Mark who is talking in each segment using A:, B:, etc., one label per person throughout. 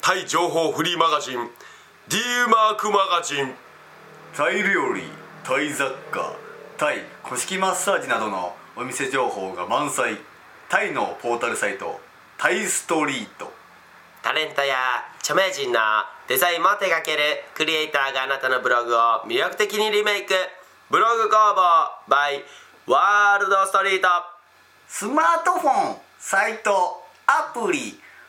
A: タイ情報フリーマガジン D マークマガジン
B: タイ料理タイ雑貨タイ古式マッサージなどのお店情報が満載タイのポータルサイトタイストリート
A: タレントや著名人のデザインも手掛けるクリエイターがあなたのブログを魅力的にリメイクブログ工房 by ワールドストリート
B: スマートフォンサイトアプリ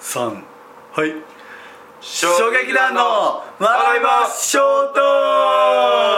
B: 3はい
A: 衝
B: 衝撃弾の笑いましょうと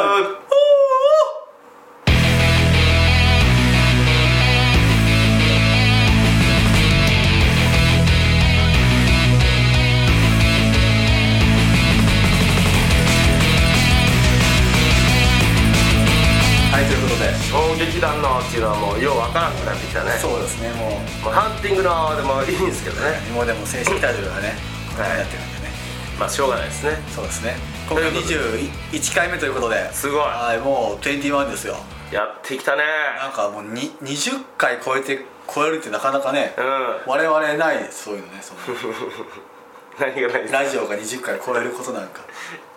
B: はいということで
A: 衝撃弾のっていうのはもうようわからなくなってきたね
B: そうですねもう
A: まあハンティングのでもいいんですけどね
B: もうでも正式タイトルがね答えになってるんでね
A: まあしょうがないですね
B: そうですね今回
A: と
B: 21回目ということです
A: ごい
B: はいもう21ですよ
A: やってきたね
B: なんかもうに20回超えて超えるってなかなかね、
A: うん
B: 我々ないそういうのねその
A: 何がないですか
B: ラジオが20回超えること なんか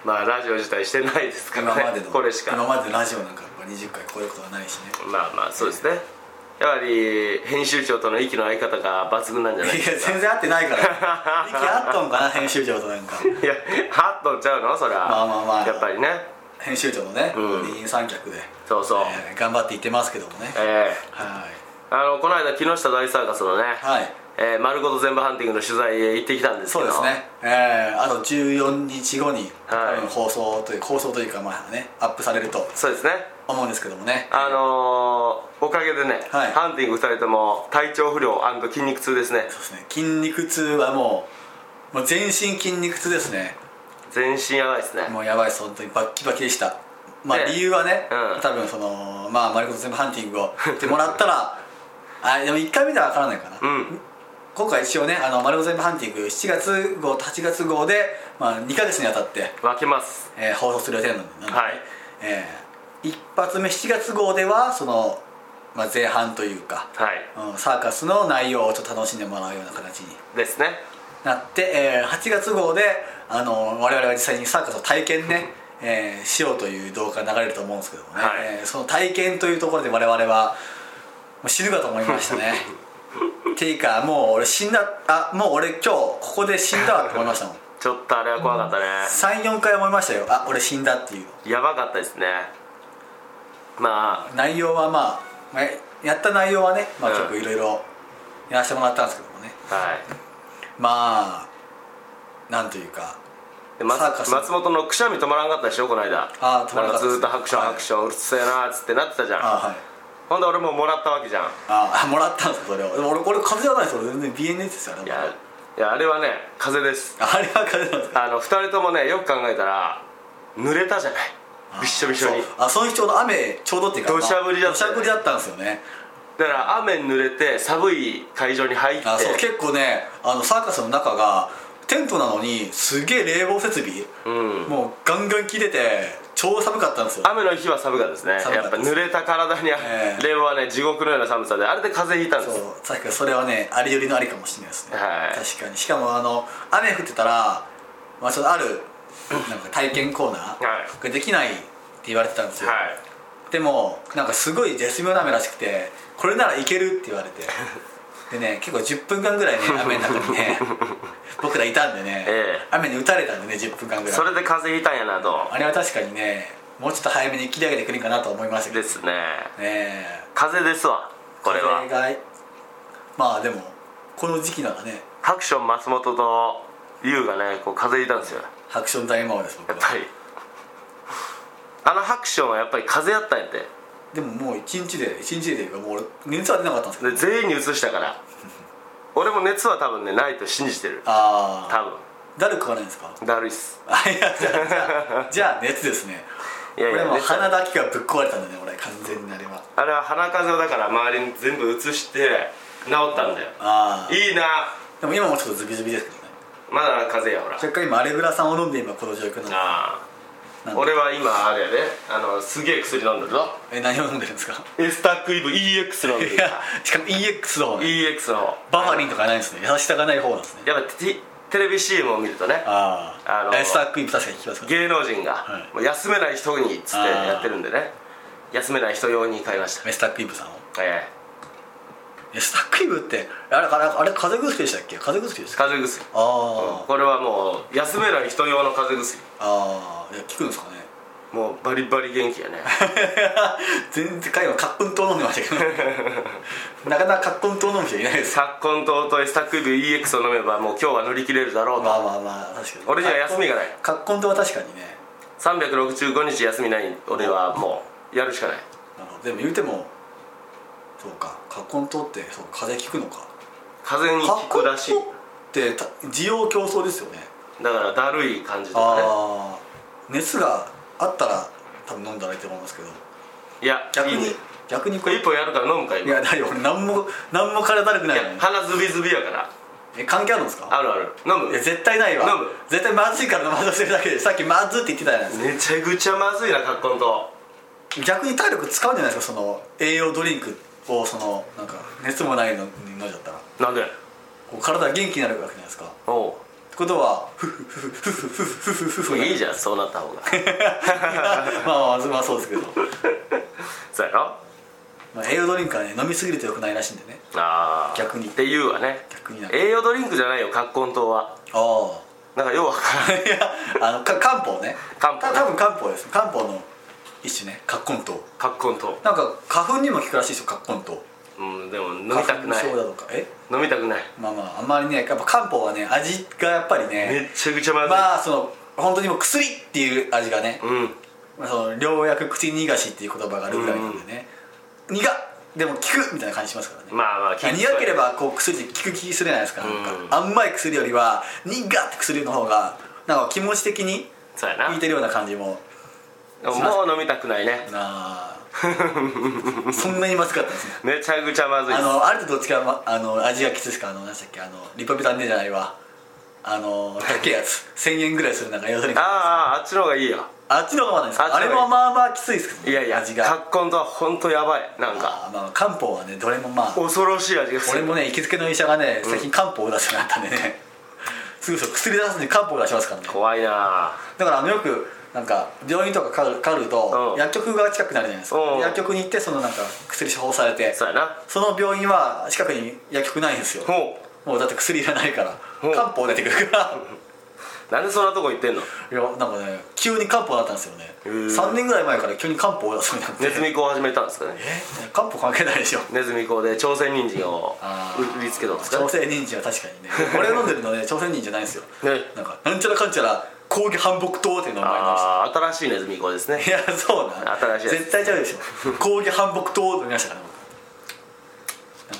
A: まあラジオ自体してないですから
B: 今
A: ね
B: までの
A: これしか
B: 今までのラジオなんかやっぱ20回超えることはないしね
A: まあまあそうですねやはり編集長との息の合い方が抜群なんじゃない
B: い
A: で
B: や
A: すか
B: 全然合ってないか ら息合っとんかな編集長となんか
A: いやハッとちゃうのそりゃ
B: まあまあまあ
A: やっぱりね
B: 編集長のね、
A: うん
B: 二人三脚で、
A: そうそう
B: えー頑張っていってますけどもね、
A: え
B: はい
A: えあのこの間木下大サーカスのね、
B: はい
A: えー丸ごと全部ハンティングの取材へ行ってきたんですけ
B: そう
A: ど
B: ですね、えーあと14日後に、
A: はい
B: 多分放送という放送というかまあねアップされると
A: そうですね
B: 思うんですけどもね
A: あのーおかげでね、
B: はい
A: ハンティング2人とも体調不良筋肉痛ですね
B: そうですね筋肉痛はもうもう全身筋肉痛ですね
A: 全身やばいですね
B: もうやばいです本当にバッキバキでしたまあ
A: ね
B: 理由はね、
A: うん
B: 多分そのまあ丸ごと全部ハンティングをやってもらったらあでも1回目では分からないかな、
A: うん
B: 今回一応ねあの丸ごと全部ハンティング7月号と8月号で、まあ、2ヶ月にわたって、
A: 分けます
B: えー放送する予定なので、
A: はい
B: えー一発目7月号ではその、まあ、前半というか、
A: はい
B: うんサーカスの内容をちょっと楽しんでもらうような形に
A: ですね
B: なって、えー8月号で、あの我々は実際にサーカスを体験ね、えーしようという動画が流れると思うんですけどもね、
A: はい
B: えーその体験というところで我々はもう死ぬかと思いまし たねっていうかもう俺死んだあもう俺今日ここで死んだわって思いましたもん
A: ちょっとあれは怖かったね、
B: 34回思いましたよあ俺死んだっていう
A: やばかったですねまあ
B: 内容はまあまあやった内容はね、まあ、
A: うん
B: 結構いろいろやらせてもらったんですけどもね、
A: はい
B: まあなんというか
A: で
B: サーカ
A: 松
B: ス
A: 松本のくしゃみ止まらんかったでしょこの間
B: あー止まらんか
A: な
B: ったです
A: んずーっと拍手
B: はい
A: 拍手、うるせえなーっつってなってたじゃん
B: あはい
A: ほんで俺ももらったわけじゃん
B: ああもらったんですかそれをでも俺これ風邪じゃないです俺全然 BNS ですよね
A: いやいやあれはね風邪です
B: あれは風邪なんですか
A: あの2人ともねよく考えたら濡れたじゃないびっしょびしょに
B: そうあその日ちょうど雨ちょうどっていうか
A: 土砂降りだった
B: 土砂降りだったんですよね
A: だから雨に濡れて寒い会場に入って
B: あそう結構ねあのサーカスの中がテントなのにすげえ冷房設備、
A: うん
B: もうガンガン切れて超寒かったんですよ
A: 雨の日は寒かったですね
B: 寒
A: や
B: か
A: っ
B: っ
A: ぱ
B: たです
A: 濡れた体に
B: ええ
A: 冷房はね地獄のような寒さであれで風邪ひいたんで
B: そう
A: す
B: さっきそれはねありよりのありかもしれないですね、
A: はい
B: 確かにしかもあの雨降ってたら、まあ、ちょっと あるなんか体験コーナーができないって言われてたんですよ、
A: はい
B: でもなんかすごい絶妙な雨らしくて これならいけるって言われてでね結構10分間ぐらいね雨の中にね僕らいたんでね、
A: ええ
B: 雨に打たれたんでね10分間ぐらい
A: それで風邪ひいたんやなと
B: あれは確かにねもうちょっと早めに切り上げてくれんかなと思いましたけど
A: で
B: ね
A: すね
B: え
A: 風邪ですわこれは
B: 風がまあでもこの時期ならね
A: ハクション松本と優がねこう風邪ひいたんですよ
B: ハクション大魔王です僕
A: やっぱ
B: は
A: りあのハクションはやっぱり風邪やったんやって
B: でももう一日で一日でというかもう俺熱は出なかったんですけ
A: で
B: ど
A: 全員に移した から俺も熱は多分ねないと信じてる
B: ああ
A: 多
B: だるくはないんですか
A: 分だるいっす
B: あいやじゃあじゃあじゃあ熱ですね
A: いやい
B: 俺
A: や
B: もう
A: 熱は
B: 鼻だけがぶっ壊れたんだね俺完全にあれは
A: あれは鼻風邪をだから周りに全部移して治ったんだよ
B: ああ
A: いいな
B: でも今もちょっとズビズビですけどね
A: まだ風邪やほら
B: 若干今アレグラさんを飲んで今この状況なの
A: あ
B: な
A: あ
B: んで
A: 俺は今あれやであのすげえ薬飲んでるぞ
B: え何を飲んでるんですか
A: エスタックイブ EX 飲んで
B: い
A: る
B: やしかも EX の方ね
A: EX の方
B: バファリンとかないんですね優しさがない方なんですね
A: やっぱテテレビ CM を見るとね
B: ああ
A: あのー
B: えスタックイン確かに聞きますから
A: 芸能人が、
B: はい
A: もう休めない人にっつってやってるんでね休めない人用に買いました
B: メスタックイブさんを
A: え
B: えスタックイブってあれあれあれ風邪薬でしたっけ風邪薬で
A: え
B: したっけ
A: 風邪薬
B: ああ、
A: これはもう休めない人用の風邪薬
B: ああいや聞くんですかね
A: もうバリバリ元気やね
B: 全然会話カップン糖飲んでましたけど なかなかカップン糖飲む人いないです
A: 昨今ととエスタックイブ EX を飲めばもう今日は乗り切れるだろうと、
B: まあまあまあ確かに
A: 俺には休みがない
B: カッコン糖は確かにね
A: 365日休みない俺はもうやるしかない
B: なるほどでも言うてもそうかカッコン糖ってそう風邪効くのか
A: 風邪に
B: カッ
A: 効
B: コン
A: く
B: 糖
A: ら
B: っ
A: しい
B: てた需要競争ですよね
A: だからだるい感じとか
B: ああ熱があったら多分飲んだらいいと思いますけど
A: ねいや
B: 逆
A: いい
B: に
A: ね
B: 逆にこ
A: こ
B: れ
A: れ一本やるから飲むか今
B: いやだよ俺何も何も体だるくないいの
A: や
B: に
A: 鼻ズビズビやから
B: え関係あるんですか
A: あるある飲む
B: いや絶対ないわ
A: 飲む
B: 絶対まずいから飲まさせるだけでさっきまずいって言ってたじゃないです
A: めちゃくちゃまずいなカッコンと
B: か逆に体力使うんじゃないですかその栄養ドリンクをそのなんか熱もないのに飲んじゃったら
A: なんで
B: こう体が元気になるわけじゃないですかっ
A: お
B: てことはフフフフフフフフフフ
A: う
B: フ
A: いい
B: じ
A: じゃんそうなった方 が
B: ゃんまあまあまあそうですけど、
A: そうやろ
B: まあ、栄養ドリンクはね飲みすぎると良くないらしいんでね
A: ああ
B: 逆に
A: っていうわね
B: 逆にな
A: 栄養ドリンクじゃないよカッコン糖は
B: ああ
A: なんかようわ からん
B: いやあのか漢方ね
A: 漢方
B: た多分漢方です漢方の一種ね葛根糖
A: カッコン糖
B: なんか花粉にも効くらしいですよ葛根糖
A: うんでも飲みたくない
B: 花粉症だとかえ
A: 飲みたくない
B: まあまああんまりねやっぱ漢方はね味がやっぱり
A: め
B: ね
A: ちゃくちゃまずい、
B: まあその本当にもう薬っていう味がね、
A: うん
B: まあ、その療薬口に逃がしっていう言葉があるぐらいなんでね、苦っでも効くみたいな感じしますからね
A: まあまあ
B: 苦ければこう薬で効く気するじゃないですか,、なんか甘い薬よりは苦って薬の方がなんか気持ち的に
A: そうやな
B: 効いてるような感じも
A: でももう飲みたくないね
B: なあそんなにまずかったですね
A: めちゃくちゃまずいっ
B: あ
A: す
B: のあるとどっちか、ま、あの味がきついですかあの何でしたっけあのリポビタンデじゃないわあの高いやつ1000円ぐらいするなんか要するに
A: あ
B: あ
A: あああっちの方がいいよ
B: っちの方がまだですか
A: あっ
B: あ
A: ち
B: れ
A: の方がいい
B: もまあまあきついですけど、
A: いやいや
B: 味
A: カ
B: が
A: ッコン糖は本当やばいなんか
B: あーまあ漢方はねどれもまあ
A: 恐ろしい味がす
B: 俺
A: る
B: もね行きつけの医者がね最近漢方を出すようになったんでねすぐそう薬出すのに漢方を出しますからね
A: 怖いな
B: だからあのよくなんか病院とかかかるかかると
A: うん
B: 薬局が近くなるじゃないですか
A: うん
B: 薬局に行ってそのなんか薬処方されて
A: そうやな
B: その病院は近くに薬局ないんですよ
A: ほ
B: もうだって薬いらないから
A: ほう
B: 漢方出てくるから
A: うなんでそんなとこ行ってんの
B: いやなんかね急に漢方だったんですよね
A: ー
B: 3年ぐらい前から急に漢方出すようになって
A: ネズミ講を始めたんですかね
B: え漢方関係ないでしょ
A: ネズミ講で朝鮮人参を
B: あー
A: 売りつけたんですか
B: 朝鮮人参は確かにね俺が飲んでるのね朝鮮人参じゃないんですよ
A: ね
B: なんかなんちゃらかんちゃら抗議反木糖っていうのを前に飲みました
A: ああ新しいネズミ講ですね
B: いやそうな
A: 新しいやつ
B: 絶対ちゃうでしょ抗議反木糖って飲みましたから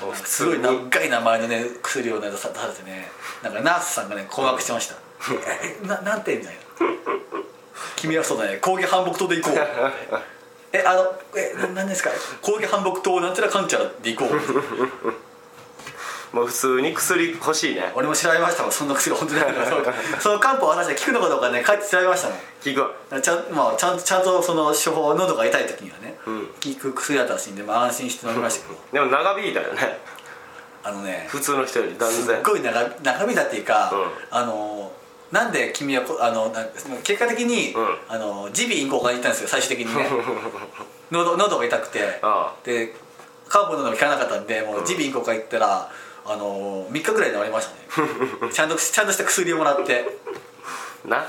B: 僕なんかすごい長い名前のね薬をね出さ出されてねなんかナースさんがね困惑してました「えななんて?」みたいな「君はそうだね抗議反木糖で行こう」えあのえな何ですか抗議反木糖なんちゃらかんちゃらで行こう」
A: もう普通に薬欲しいね
B: 俺も調べましたもんそんな薬本当にないのかどうかその漢方を話して効くのかどうかね帰って調べましたもん
A: 聞くわ
B: ちゃん,、まあ、ちゃんちゃんとその処方喉が痛い時にはね、
A: ん
B: 効く薬だったらしいんで、まあ、安心して飲みましたけど
A: でも長引いたよね
B: あのね
A: 普通の人より断
B: すっ
A: 然
B: ごい長長身だっていうか、
A: う
B: あのなんで君はこあのなん結果的に、
A: うん
B: あの耳鼻咽喉科に行ったんですよ最終的 にね喉喉が痛くて
A: ああ
B: でカーボンの飲むのも効かなかったんでもう耳鼻咽喉科行ったら、あの3日ぐらいで治り ましたねちゃんとちゃんとした薬をもらって
A: な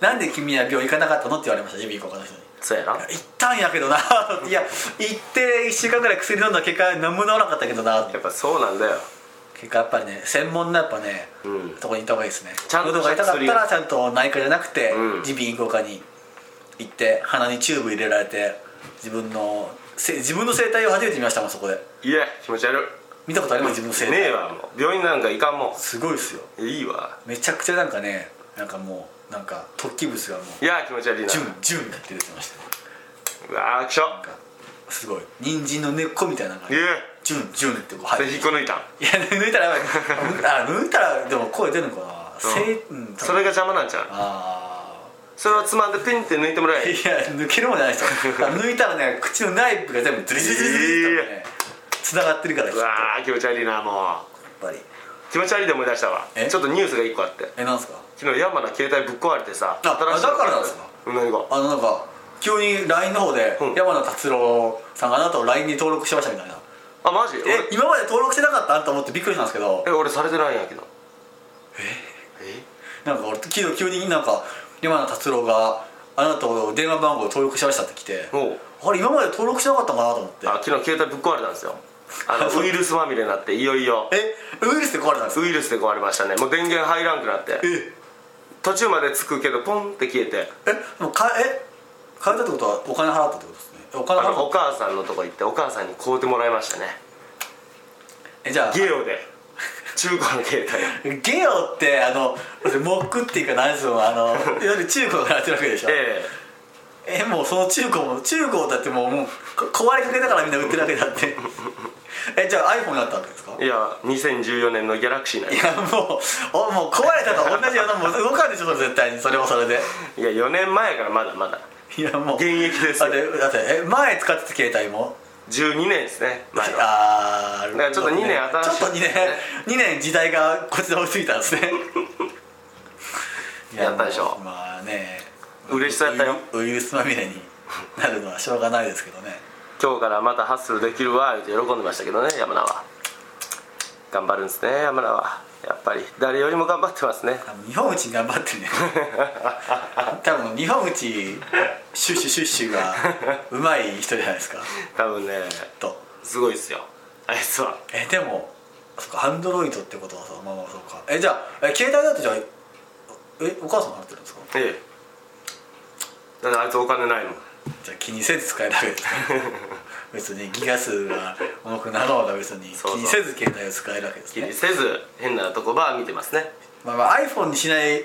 B: なんで君は病院行かなかったのって言われました耳鼻咽喉科の人に
A: そうやな
B: 行ったんやけどないや行って1週間ぐらい薬飲んだ結果何も治らなかったけどな
A: やっぱそうなんだよ
B: 結果やっぱりね専門のやっぱね、
A: うん
B: とこに行った方がいいですね
A: ちゃんと
B: 喉が痛かったらちゃんと内科じゃなくて
A: うん
B: 耳鼻咽喉科に行って鼻にチューブ入れられて自分のせ自分の声帯を初めて見ましたもんそこで
A: いや気持ち悪
B: 見たことあります自分の声
A: い
B: 帯、
A: ねえわもう病院なんか行かんも
B: すごいですよ
A: んいいわ
B: めちゃくちゃなんかねなんかもうなんか突起物がもう
A: いや気持ち悪いな
B: ジュンジュンって出てました
A: うわーきしょ
B: なんかすごい人参の根っこみたいなのが
A: いや
B: ジュンジュンってこう入
A: それ
B: って
A: 引っこ抜いたん
B: いや抜いたらやばいあ抜いたらでも声出るのかな、せいうん、
A: それが邪魔なんちゃう
B: あ
A: それをつまんでピンって抜いてもら
B: あ
A: え
B: いや抜けるもんじゃないで すよ抜いたらね口の内部が全部ズリズリズリズリってねつながってるからきっ
A: う
B: とやっ
A: わー気持ち悪いなも
B: ぱり
A: う気持ち悪いで思い出したわ
B: え
A: ちょっとニュースが一個あって
B: えなんですか
A: 昨日ヤンマの携帯ぶっ壊れてさ
B: あ
A: の
B: あだからなんですか
A: うん何が
B: あのなんか急に LINE の方で、
A: うん
B: 山野達郎さんがあなたを LINE に登録してましたみたいな
A: あマジ俺
B: え今まで登録してなかったんと思ってびっくりしたんですけど
A: え俺されてないんやけどえ
B: なんか俺昨日急になんか山名達郎があなたを電話番号登録しましたって来て
A: おう
B: あれ今まで登録しなかったのかなと思って
A: あ昨日携帯ぶっ壊れたんですよあ
B: そ
A: の
B: う
A: ウイルスまみれになっていよいよ
B: えウイルスで壊れたんですか
A: ウイルスで壊れましたねもう電源入らんくなって途中までつくけどポンって消えて
B: えもうかえ変えたってことはお金払ったってことですねえお金
A: あ
B: 払っ
A: のお母さんのとこ行ってお母さんに買うてもらいましたね
B: たえじゃあ
A: ゲオで中古の携帯
B: ゲオってあのモックっていうか何ですよあ のいわゆる中古がやってるわけでしょ
A: え
B: えもうその中古も中古だってもうもうこ壊れかけだからみんな売ってるわけだって えじゃあ iPhone だったわけですか
A: えいや2014年のギャラクシーなん
B: い
A: や
B: やもうおもう壊れたと同じようなもう動かんでしょそれ絶対にそれもそれで
A: いや4年前やからまだまだ
B: いやもう
A: 現役です
B: だってだってえ前使ってた携帯も
A: 12年ですね前は
B: ああ
A: だからちょっと二年新しい
B: ちょっと2年2年時代がこっちで追いついたんですねい
A: やったでしょ
B: もうまあね
A: 嬉しそうやったよ
B: ウイウイルスまみれになるのはしょうがないですけどね
A: 今日からまたハッスルできるわって喜んでましたけどね山名は頑張るんですね山名はやっぱり誰よりも頑張ってますね
B: 多分日本一に頑張ってね多分日本一シュッシュシュッシュがうまい人じゃないですか
A: 多分ね
B: と
A: すごいっすよあいつは
B: えでもそっかアンドロイドってことはさまあまあそうかえじゃあえ携帯だとじゃあえお母さんが払ってるんですか
A: ええだってあいつお金ないもん
B: じゃあ気にせず使えるわけ ですか別にギガ数が多くなろうが別に気
A: そうそう
B: にせず携帯を使えるわけです
A: 気
B: ね
A: にせず変なとこば見てますね
B: まあまあ iPhone にしない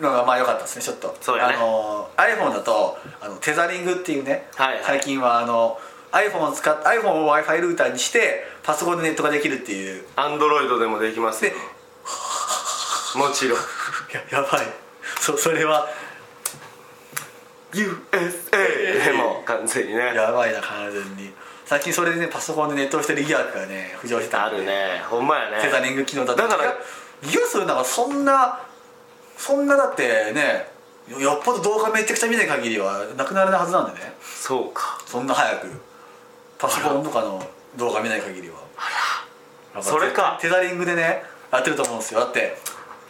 B: のがまあ良かったですねちょっと
A: そうやね
B: あの iPhone だとあのテザリングっていうね、
A: はいはい
B: 最近はあの iPhone を使っ iPhone を w i f i ルーターにしてパソコンでネットができるっていう
A: アンドロイドでもできますよ
B: で
A: もちろん
B: ややばいそそれは
A: USA でも完全にね
B: やばいな完全に最近それでねパソコンでネットをしてる疑惑がね浮上してた
A: あるねほんまやね
B: テザリング機能だった
A: だから
B: ギガ数なんかそんなそんなだってねよよっぽど動画めちゃくちゃ見ない限りはなくならないはずなんでね
A: そうか
B: そんな早くパソコンとかの動画見ない限りはやっぱ
A: それか
B: テテザリングでねやってると思うんですよだって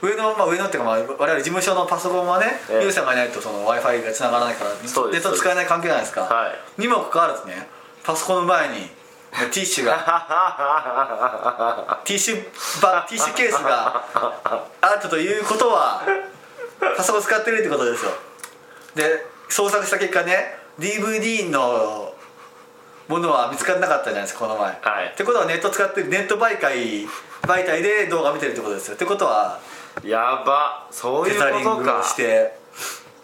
B: 上の、まあ、上のっていうか、まあ、我々事務所のパソコンはね、
A: ええ
B: ユーさんがいないとその w i f i が繋がらないからネ
A: そうです
B: ット使えない環境じゃないですか
A: は
B: にもかかわらずねパソコンの前にティッシュがティッシュバティッシュケースがあったということはパソコン使ってるってことですよで捜索した結果ね DVD のものは見つからなかったじゃないですかこの前、
A: はい
B: ってことはネット使ってるネット媒介媒体で動画見てるってことですよってことは
A: やばそう
B: テ
A: いう
B: ザリン
A: こと
B: グ
A: か
B: をして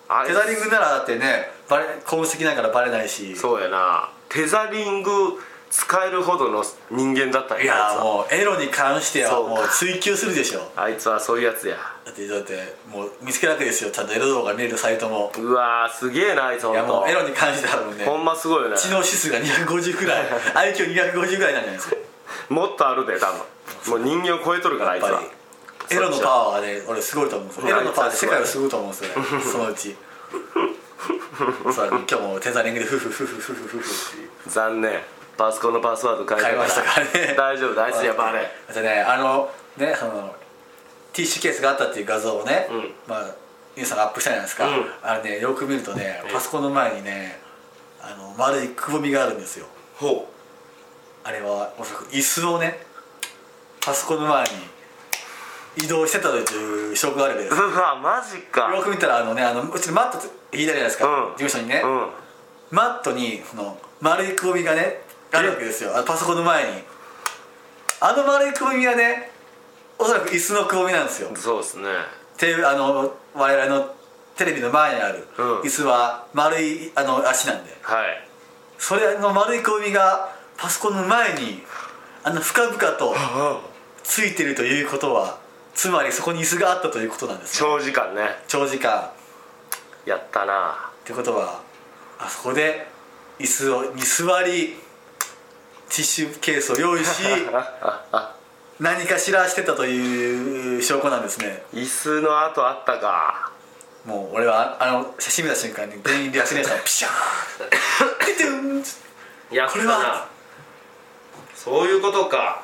A: あいつ
B: テザリングならだってねバレ痕跡ないからバレないし
A: そうやなテザリング使えるほどの人間だったんや
B: いや
A: あいつは
B: もうエロに関しては
A: そうか
B: もう追求するでしょ
A: あいつはそういうやつや
B: だってだってもう見つけたわけですよちゃんとエロ動画見れるサイトも
A: うわーすげえなあいつほ
B: い
A: ん
B: やも
A: と
B: うエロに関してはもうね
A: ほんますごいよね
B: 知能指数が250くらい IQ250 くらいなんじゃないですか
A: もっとあるで多分もう人間を超えとるからあいつ
B: やっ
A: は
B: ぱりエロのパワーはね俺すごいと思うんですよエロのパワーで世界はすごいと思うんですよねそのうちそう今日もテザリングでフフフフフフフフっていう
A: 残念パソコンのパスワード変え
B: 買いましたからね
A: 大丈夫だあいつやっぱあれ
B: あとねあのねそのティッシュケースがあったっていう画像をね、
A: うん
B: まあ皆さんがアップしたじゃないですか、
A: うん
B: あれねよく見るとね
A: うん
B: パソコンの前にねあの丸いくぼみがあるんですよ
A: ほ
B: あれはおそらく椅子をねパソコンの前に移動してたという証拠があるわけです
A: ううわマジか
B: よく見たらあのねあのうちのマットって引いたじゃないですか、
A: うん
B: 事務所にね、
A: うん
B: マットにその丸いくぼみがねあるわけですよあのパソコンの前にあの丸いくぼみがねおそらく椅子のくぼみなんですよ
A: そうですね
B: てあの我々のテレビの前にある
A: うん
B: 椅子は丸いあの足なんで
A: はい
B: それの丸いくぼみがパソコンの前にあの深々とついてるということはつまりそこに椅子があったということなんですよ
A: 長時間ね
B: 長時間っ
A: やったな
B: てことはあそこで椅子をに座りティッシュケースを用意 し何かしらしてたという証拠なんですね
A: 椅子の後あったか
B: もう俺はああの写真見た瞬間に全員リアクションしたピシャーンピトゥン
A: やった
B: これは
A: なそういうことか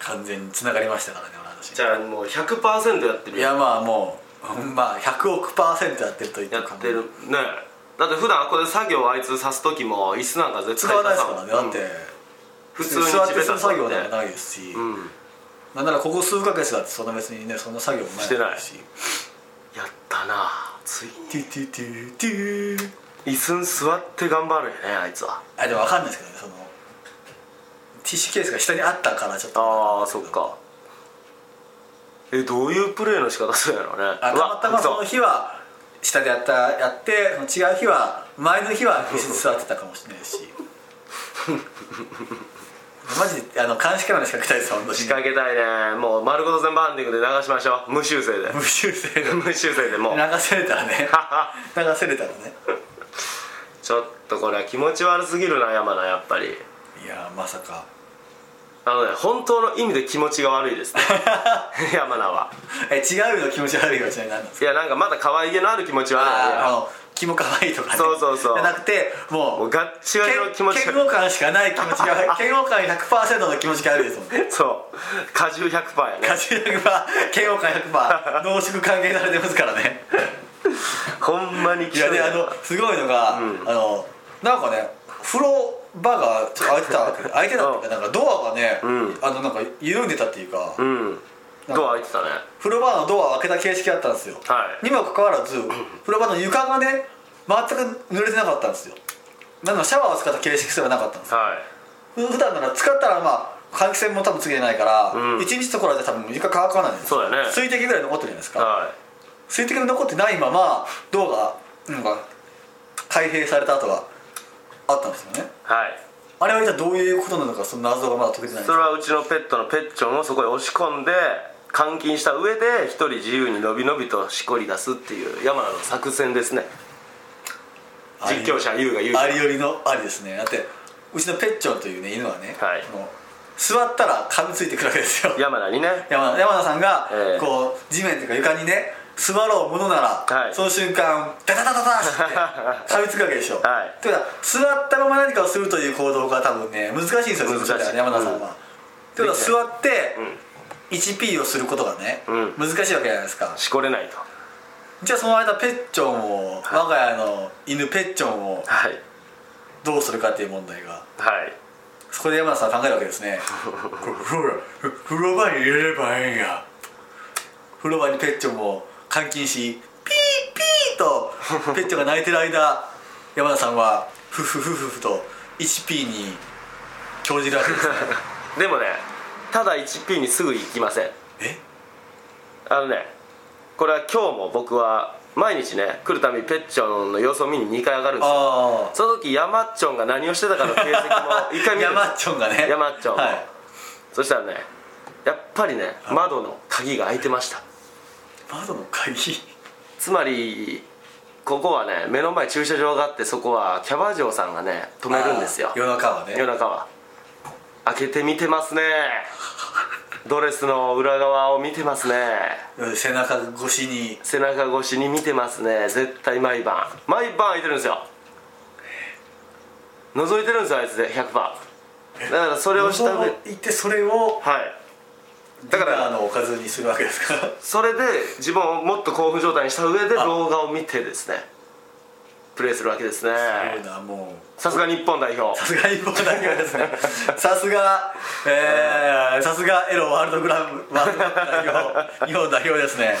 B: 完全に繋がりましたからね俺私
A: じゃあもう100%やってる
B: いやまあもう、うんまあ100億パーセントやってると言って
A: や
B: も過
A: っ
B: 言
A: てるねだって普段ここで作業あいつさす時も椅子なんか絶
B: 使
A: 対
B: わない
A: 刺
B: です
A: さ
B: から
A: ん
B: ねだって、
A: うん普通に
B: 座って
A: 地べ
B: そ
A: た
B: の
A: 座っ
B: 作
A: て
B: 業なんかないですし、
A: うん
B: なんならここ数ヶ月だってそんな別にねそんな作業もない
A: してない
B: し
A: やったなついに
B: ティティティティ
A: 椅子に座って頑張るよねあいつは
B: あでも分かんないですけどねそのティッシュケースが下にあったからちょっと
A: ああそっかえどういうプレーの仕方するんやろうね
B: あたまたまその
A: う
B: 日は下でやったやってその違う日は前の日は椅子に座ってたかもし れないしマジであの監視カメラ仕掛けたいです本当に
A: 仕掛けたいねもう丸ごと全バンディングで流しましょう無修正で
B: 無修正の
A: 無修正でもう
B: 流せれたら ね流せれたらね
A: ちょっとこれは気持ち悪すぎるな山名やっぱり
B: いやーまさか
A: あのね本当の意味で気持ちが悪いですね 山名は
B: え違うの気持ち悪いわじゃないなんですか
A: いやなんかまだ可愛げのある気持ち悪い
B: あ
A: や
B: の気も可愛いとかね
A: そうそうそう
B: じゃなくても
A: もう
B: う
A: ガッチガチの気持ち
B: けん嫌悪感しかない気持ちが 嫌悪感100%の気持ちが悪いですもんね
A: そう果汁100%やね
B: 果汁100%嫌悪感100% 濃縮還元されてますからね
A: ほんまに
B: い
A: 気
B: やねあのすごいのが、あのなんかね風呂場がちょっと開いてたわ け開いてたっていうかなんかドアがね、
A: ん
B: あのなんか緩んでたっていうか、
A: うんドア開いてたね
B: 風呂場のドアを開けた形式だったんですよ、
A: はい
B: にもかかわらず風呂場の床がね全く濡れてなかったんですよなのでシャワーを使った形式すらなかったんですよ
A: は
B: ふ普段なら使ったらまあ換気扇も多分つけてないから、
A: うん
B: 一日ところで多分床乾かないんですよ
A: そうだね
B: 水滴ぐらい残ってるじゃないです
A: い
B: か、
A: は
B: 水滴が残ってないままドアがなんか開閉された後があったんですよね
A: いはい
B: あれは一体どういうことなのかその謎がまだ解けてないんです
A: それはうちのペットのペッチョンをそこへ押し込んで監禁した上で一人自由にのびのびとしこり出すっていう山名の作戦ですね実況者 YOU が言う
B: ありよりのありですねだってうちのペッチョンというね犬はね、
A: はい
B: あの座ったら噛みついてくるわけですよ
A: 山名にね
B: 山田山田さんが
A: ええ
B: こう地面というか床にね座ろうものなら、
A: はい
B: その瞬間ダダダダダっ て噛みつくわけでしょ、
A: はい
B: ということは座ったまま何かをするという行動が多分ね難しいんですよ
A: 難しい
B: その人はね山田さんは、ということは座って、1P をすることがね、
A: うん
B: 難しいわけじゃないですか
A: しこれないと
B: じゃあその間ペッチョンを、我が家の犬ペッチョンを
A: はい
B: どうするかっていう問題が
A: はい
B: そこで山田さんは考えるわけですねこれ風呂ふ 風呂場に入れればええんや風呂場にペッチョも監禁しピーピーとペッチョが泣いてる間山田さんはフフフフフと 1P に興じるわけ ですね
A: でもねただ 1P にすぐ行きません
B: え
A: あのねこれは今日も僕は毎日ね来るたびペッチョンの様子を見に2回上がるんですよ
B: あ
A: その時山っちょんが何をしてたかの形跡も一回
B: あ
A: 見るんで
B: 山っ
A: す
B: ちょんがね
A: 山っちょんも
B: はい
A: そしたらねやっぱりね窓の鍵が開いてました
B: 窓の鍵
A: つまりここはね目の前駐車場があってそこはキャバ嬢さんがね止めるんですよ
B: ああ夜中はね
A: 夜中は開けて見てますねドレスの裏側を見てますね
B: 背中越しに
A: 背中越しに見てますね絶対毎晩毎晩開いてるんですよ覗いてるんですよあいつで100%だからそれをした上
B: 望いてそれを
A: はいだ
B: だ
A: か
B: かららのおかずにするわけですから
A: それで自分をもっと興奮状態にした上で動画を見てですねプレイするわけですね
B: そうだもう
A: さすが日本代表
B: さすが日本代表ですねさすがえーさすがエロワールドグラムワールドカップ代表日本代表ですね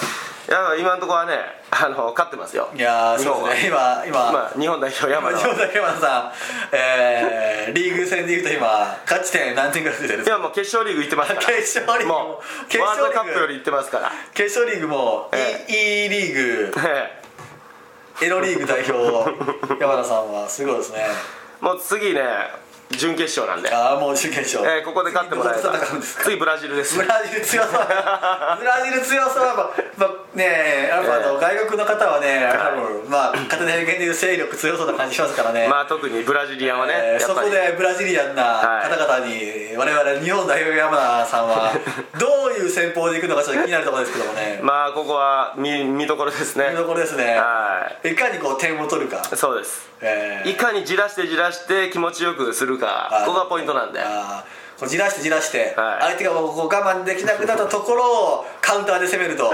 A: いや今のところはねあの勝ってますよ
B: いやー
A: 日
B: そう
A: 本は
B: ですね今今、
A: まあ、日本代表山
B: 今
A: 田
B: 日
A: は
B: だけはさん、えー、リーグ戦でいうと今勝ち点何点ぐらい出てる
A: い
B: んです
A: や
B: か
A: もう決勝リーグ行ってますから
B: 決勝リーグ
A: もう
B: 決
A: ワール
B: 勝
A: ド
B: リ
A: カ
B: ー
A: ッ
B: グ
A: プより行ってます から
B: 決勝リーグも、
A: え
B: いいいいリーグ
A: ええ
B: エロリーグ代表山田さんはすごいですね
A: もう次ね準決勝なんで、
B: ああもう準決勝、
A: ええここで勝ってもらえ
B: 次ど
A: ば
B: こと戦うんですか
A: 次ブラジルです
B: ブラジル強そうブラジル強そうやっぱ、まあ、ねえやっぱあの、外国の方はね多分まあ勝手な偏見でいう勢力強そうな感じしますからね、
A: まあ特にブラジリアンはね、
B: え
A: や
B: ーそ
A: っぱ
B: こ
A: り
B: でブラジリアンな方々に、我々日本代表山田さ んはどういう戦法でいくのかちょっと気になるところですけどもね、
A: まあここは見見どころですね
B: 見どころですね
A: はい
B: かにこう点を取るか、
A: いそうです
B: えー
A: いかにじらしてじらして気持ちよくするか
B: あー
A: ここがポイントなんで
B: あーこうじらしてじらして、
A: はい
B: 相手がもうこう我慢できなくなったところをカウンターで攻める と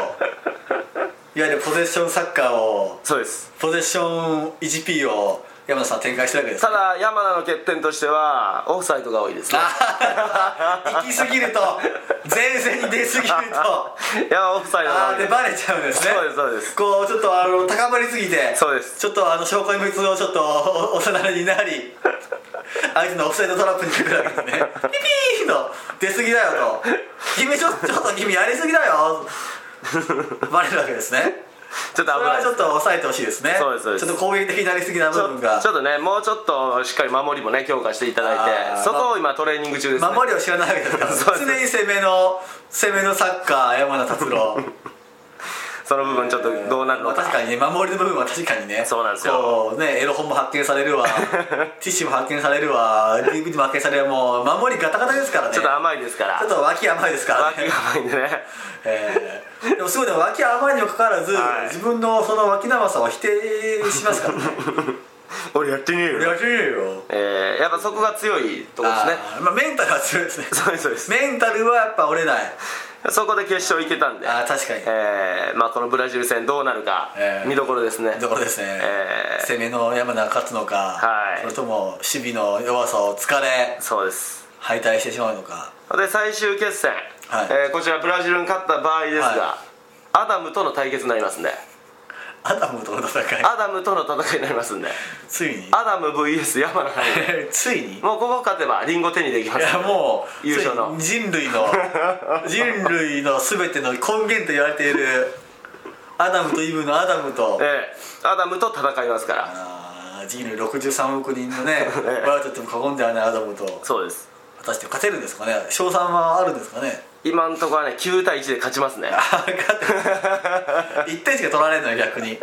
B: いわゆるポゼッションサッカーを
A: そうです
B: ポゼッション 1P を山田さん展開してるわけですね
A: ただ山田の欠点としてはオフサイドが多いですね
B: 行き過ぎると前線に出過ぎると
A: いやオフサイドが
B: あ
A: 多
B: ー
A: い
B: でバレちゃうんですね
A: そうですそうです
B: こうちょっとあの高まりすぎて
A: そうです
B: ちょっとあの証拠隠滅をちょっとおおさなりになり相手のオフサイドトラップにかくるわけですねピピーの出過ぎだよと君ちょちょっと君やりすぎだよバレるわけですね
A: ちょっと危
B: それ
A: な
B: はいちょっと抑えてほしいですね
A: そうですそうです
B: ちょっと攻撃的になりすぎな部
A: ちょ
B: 分が
A: ちょっとねもうちょっとしっかり守りもね強化していただい
B: あ
A: て
B: ー
A: そこを今トレーニング中です、ね、
B: 守りを知らないわけですから
A: そう
B: 常に攻めの攻めのサッカー山田達郎
A: その部 分ちょっとどうなるのか、
B: 確かにね守りの部分は確かにね
A: そうなんですよ
B: こうねエロ本も発見され るわティッシュも発見されるわ DVD も発見されるもう守りガタガタですからね
A: ちょっと甘いですから
B: ちょっと脇甘いですから
A: 脇
B: ね
A: が、甘いんでね
B: えーでもすごいでも脇甘いにもかかわらず、
A: はい
B: 自分のその脇甘さを否定します からね
A: 俺やってねえ
B: いやいいよ
A: えーやっぱそこが強いところですね
B: あーまあ、メンタルは強いですね
A: そうですそうです
B: メンタルはやっぱ折れない
A: そこで決勝行けたんで
B: あー確かに
A: えーまあ、このブラジル戦どうなるか
B: えー
A: 見どころですね、
B: ところですね、
A: えー
B: 攻めの山田が勝つのか、
A: はい
B: それとも守備の弱さを突かれ
A: そうです
B: 敗退してしまうのか
A: で最終決戦、
B: はい
A: えーこちらブラジルに勝った場合ですが、
B: は
A: アダムとの対決になりますんで
B: アダムとの戦い
A: アダムとの戦いになりますんで
B: ついに
A: アダム VS 山名
B: ついにい
A: もうここ勝てばリンゴ手にできます
B: やもう
A: 優勝の
B: ついに人類 の人類の全ての根源と言われているアダムとイブのアダムと
A: ええアダムと戦いますから
B: あー人類63億人のね
A: ええ
B: 我とっても過言ではないアダムと
A: そうです
B: 果たして勝てるんですかね賞賛はあるんですかね
A: 今のところはね9対1で勝ちますね
B: 勝 って1点しか取られるのよ逆に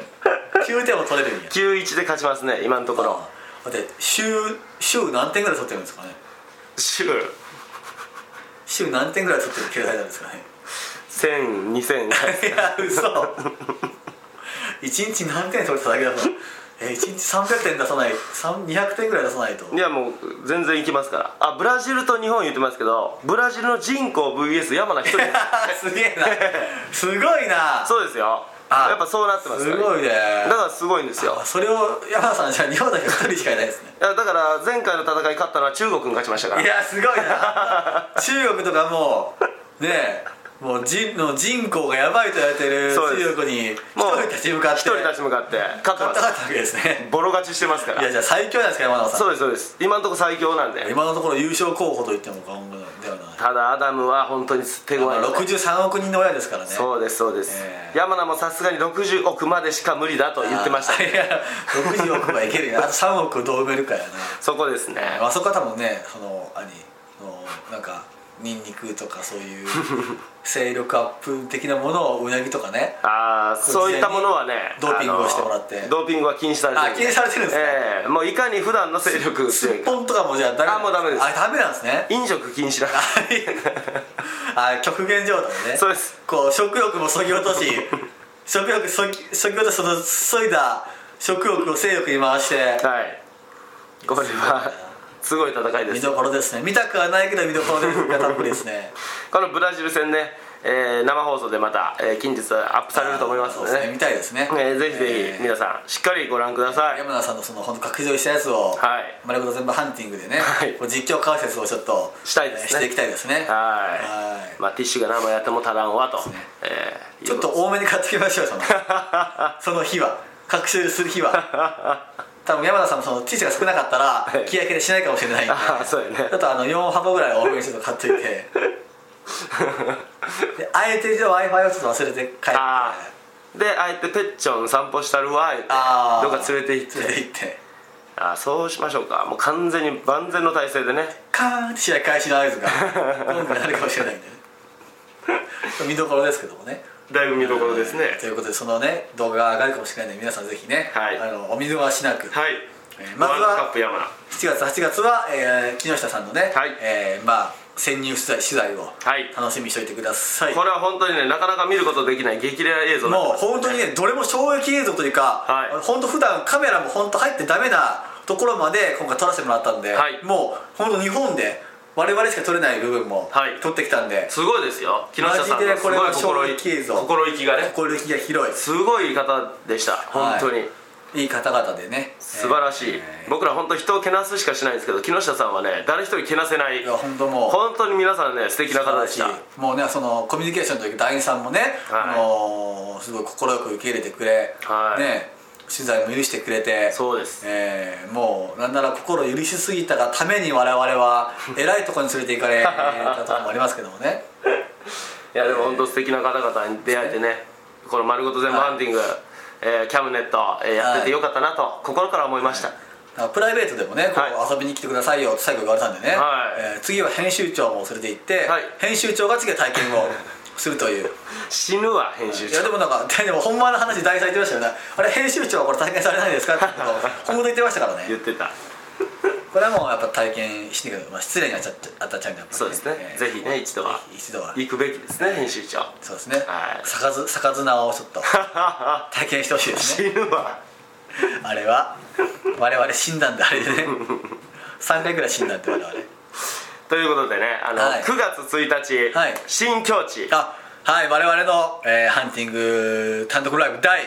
B: 9点も取れるんや
A: 91で勝ちますね今のところ
B: だって週週何点ぐらい取ってるんですかね
A: 週
B: 週何点ぐらい取ってる携帯なんですかね
A: 10002000
B: いや嘘一日何点取れただけだとえ一日300点出さない3 200点ぐらい出さないと
A: いやもう全然いきますからあブラジルと日本言ってますけどブラジルの人口 VS 山名一 人
B: すげえなすごいな
A: そうですよ
B: あ
A: やっぱそうなってます
B: す
A: から
B: ごいね
A: だからすごいんですよ
B: あそれを山田さんじゃあ日本だけ1人しかいないですね
A: いやだから前回の戦い勝ったのは中国に勝ちましたから
B: いやすご いな中国とかもうねえもう人の人口がやばいと言われてる
A: そうです
B: 中国に一
A: もう
B: 人立ち向かって
A: 一人立ち向かって勝って
B: 勝っ
A: ま
B: た
A: す
B: かったわけですね
A: ボロ勝ちしてますか
B: いや
A: ら
B: じゃあ最強じゃないですか山田さん
A: そうですそうです今のところ最強なんで
B: 今のところ優勝候補と言っても過言ではない
A: ただアダムは本当に手強いので
B: 63億人の親ですからね
A: そうですそうです、
B: え
A: 山名もさすがに60億までしか無理だと言ってました
B: あーいや60億はいけるよあと3億をどう埋めるかやな、
A: そこですね
B: まあ、そこは多分ねその兄そのなんかニンニクとかそ ういう勢力アップ的なものをうなぎとかね
A: ああそういったものはね
B: ドーピングをしてもらって
A: あのドーピングは禁止されてる
B: あ禁止されてるんですね
A: ええもういかに普段の勢力を
B: すっぽんとかもじゃあダメなん
A: あもうダメです
B: あダメなんで すね
A: 飲食禁止だ
B: あ極限状態ね
A: そうです
B: こう食欲もそぎ落 とし食欲そぎそぎ落としそのそいだ食欲を性欲に回して
A: はいこれはすごい戦いで
B: 見
A: す
B: どころですね見たくはないけど見どころがたっぷりですね
A: このブラジル戦ね、えー生放送でまた、えー近日アップされると思いますので
B: そうですね見たいですね
A: えーぜひぜひ皆さんしっかりご覧ください
B: 山名さんのその本当拡張したやつを
A: はい
B: 丸ごと全部ハンティングでね、
A: はい
B: こう実況解説をちょっと
A: したいですね
B: えーしていきたいですね
A: はい
B: はい
A: まあティッシュが何枚やっても足らんわと、
B: ね
A: えー
B: ちょっと多めに買ってきましょ うそのその日は学習する日は多分山田さんもそのティッシュが少なかった
A: は
B: ら
A: い
B: 気合い入れしないかもしれないんで
A: あー そうやね
B: ちょっとあの4箱ぐらい多めにちょっと買っとい てであえてじゃあ w i f i をちょっと忘れて帰って
A: あーであえてペッチョン散歩したるわ言って
B: あー
A: どっか連れて行って
B: 連れて行って
A: あーそうしましょうかもう完全に万全の体制でね
B: カーンって試合開始の合図がどんどんなるかもしれないんでね見どころですけどもね
A: だいぶ見どころですね
B: ということでそのね動画が上がるかもしれないので皆さんぜひね、
A: はい
B: あのお見逃しなく、
A: はい
B: えーま
A: ワ
B: ず
A: ールドカッ
B: は
A: プ山名
B: 7月8月は、えー木下さんのね、
A: はい
B: えーまあ潜入取材取材を
A: はい
B: 楽しみにしておいてください、
A: これは本当にねなかなか見ることできない激レア映像だ
B: もう本当にねどれも衝撃映像というか、
A: はい
B: 本当普段カメラも本当入ってダメなところまで今回撮らせてもらったんで、
A: はい
B: もう本当日本で我々しか撮れない部分も
A: はい
B: 撮ってきたんで、
A: すごいですよ木下さん
B: マジで
A: のす
B: こ
A: ご
B: れ
A: い
B: は
A: 心
B: 衝撃映
A: 意
B: 像
A: 心意気がね
B: 心意気が広い
A: すごい方でした本当に、
B: いい方々でね
A: 素晴らしい、僕ら本当人をけなすしかしないんですけど木下さんはね誰一人けなせない
B: いや本当もう
A: 本当に皆さんね素敵な方でした
B: 素晴らしいもうねそのコミュニケーションの時団員さんもね、
A: はい
B: あのーすごい快く受け入れてくれ、
A: はい
B: ね取材も許してくれて
A: そうです
B: えーもうなんなら心許しすぎたがために我々 はえらいところに連れて行かれたところもありますけどもね
A: いやでも本当素敵な方々に出会えてねこの「丸ごと全部ハンティング」えーキャムネット、えーやっててよかったなと心から思いました、
B: だからプライベートでもねこ
A: は
B: う遊びに来てくださいよって最後言われたんでね、
A: はい
B: えー次は編集長も連れて行って、
A: はい
B: 編集長が次は体験をする という
A: 死ぬわ編集
B: いや
A: 長
B: でもなんかでも本番の話題されてましたよねあれ編集長はこれ体験されない んですかってことを本当言ってましたから
A: 言
B: ね
A: ってた
B: これはもうやっぱ体験してくる、まあ、失礼にあっちゃって当たっちゃうんでやっぱり、
A: そうですね、
B: えー
A: ぜひね一度は
B: 一度は
A: 行くべきですね編集長
B: そうですね
A: はい
B: 逆ず逆綱をち ょっと体験してほしいです
A: 死
B: ね
A: ぬわ
B: あれは我々死んだんであれでね3回ぐらい死んだんで我々
A: ということでねあの、
B: はい
A: 9月1日、
B: はい
A: 新境地
B: あはい我々の、えーハンティング単独ライブ第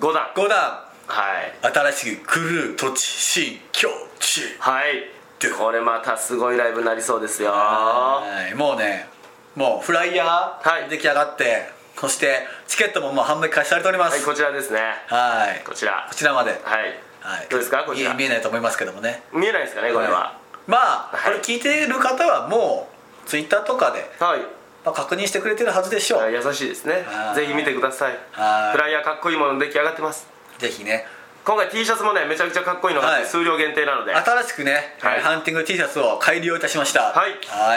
A: 5弾
B: 5弾
A: はい
B: 新しく来る土地新境地
A: はい
B: で
A: これまたすごいライブになりそうですよ
B: はいもうねもうフライヤ
A: は
B: ー
A: い
B: 出来上がって、そしてチケットももう販売開始されておりま
A: はい
B: す
A: こちらですね
B: はい
A: こちら
B: こちらまで、
A: はい、
B: はい
A: どうですかこちら
B: 見え見えないと思いますけどもね
A: 見えないですかねこれは
B: まあ
A: は
B: こ
A: い
B: れ聞いてる方はもうツイッターとかで、
A: はい、
B: まあ、確認してくれてるはずでしょう、
A: 優しいですね
B: はい
A: ぜひ見てください
B: はい
A: フライヤーかっこいいもの出来上がってます
B: ぜひね
A: 今回 T シャツもねめちゃくちゃかっこいいのがあって、
B: はい
A: 数量限定なのではい
B: 新しくね、
A: はい
B: ハンティング T シャツを改良いたしました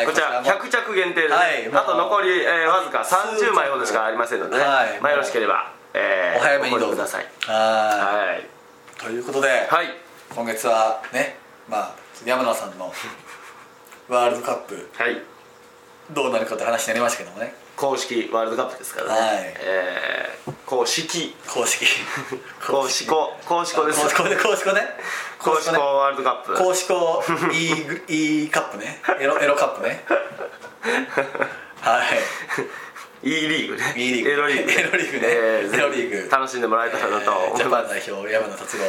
A: こちら
B: も
A: 100着限定で、
B: はいも
A: あ
B: う
A: と残り、えーわずか30枚ほどしかありませんのでね、
B: はい
A: まあ、よろしければ、えー
B: お早めにど
A: お越し
B: うぞ
A: ください
B: は
A: はい
B: いということで、
A: はい
B: 今月はねまあ山名さんのワールドカップ
A: はい
B: どうなるかって話になりましたけどもね
A: 公式ワールドカップですからね、
B: はい
A: えー公式
B: 公式
A: 公式公公式です
B: 公式ね公式ね
A: 公式ワールドカップ
B: 公式公式 E グ E カップねエロエロカップねはい
A: E リーグね
B: E リーグ
A: エロリーグ
B: エロリーグね
A: えーぜひ
B: エロリーグ
A: 楽しんでもらえたらなと
B: えー
A: 思
B: ジ
A: い
B: ャパ
A: ま
B: ン
A: す、
B: 代表山名達郎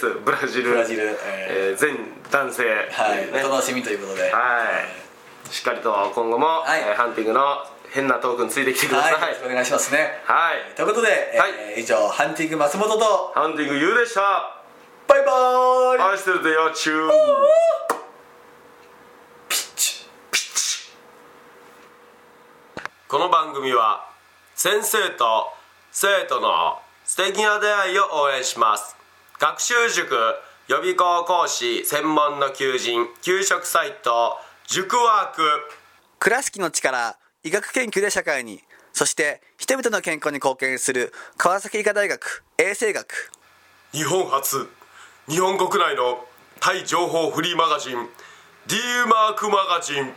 A: VS ブラジル
B: ブラジルえー
A: えー全男性
B: はい、
A: ね
B: お楽しみということで
A: はいしっかりと今後も、
B: はい
A: えーハンティングの変なトークについてきてくださ
B: はいい、よろしくお願いしますね
A: はい、
B: ということで、えー
A: はい
B: 以上ハンティング松本と
A: ハンティング YOU でした
B: バイバーイ
A: 愛してるぜよチューこの番組は先生と生徒の素敵な出会いを応援します学習塾予備校講師専門の求人給食サイト塾ワーク
C: 倉敷の力医学研究で社会にそして人々の健康に貢献する川崎医科大学衛生学
A: 日本初日本国内のタイ情報フリーマガジン D マークマガジン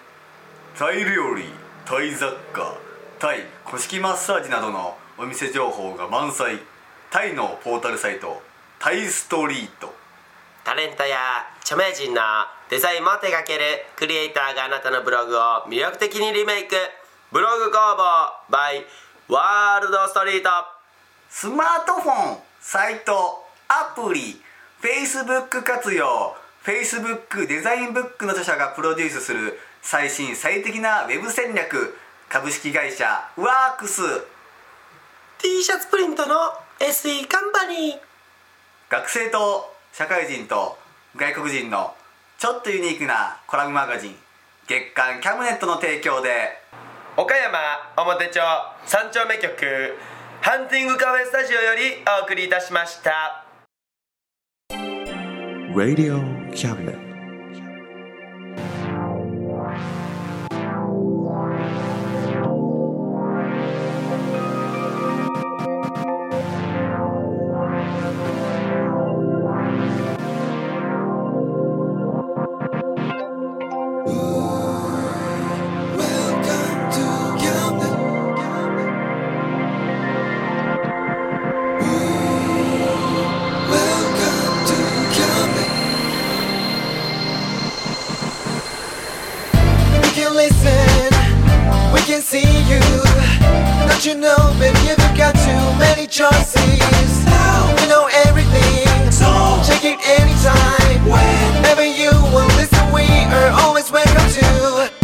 D: タイ料理タイ雑貨タイ古式マッサージなどのお店情報が満載タイのポータルサイトタイストリート
A: タレントや著名人のデザインも手掛けるクリエイターがあなたのブログを魅力的にリメイクブログ工房 by ワールドストリート
B: スマートフォン、サイト、アプリ、Facebook 活用、Facebook デザインブックの著者がプロデュースする最新最適なウェブ戦略、株式会社ワークス
A: T シャツプリントの SE カンパニー
B: 学生と社会人と外国人のちょっとユニークなコラムマガジン、月刊キャムネットの提供で、
A: 岡山表町三丁目局ハンティングカフェスタジオよりお送りいたしました
E: Radio Cabinet.
F: We can listen, we can see you. Don't you know, baby, you've got too many choices. You know everything, so check it anytime. Whenever you will listen, we are always welcome to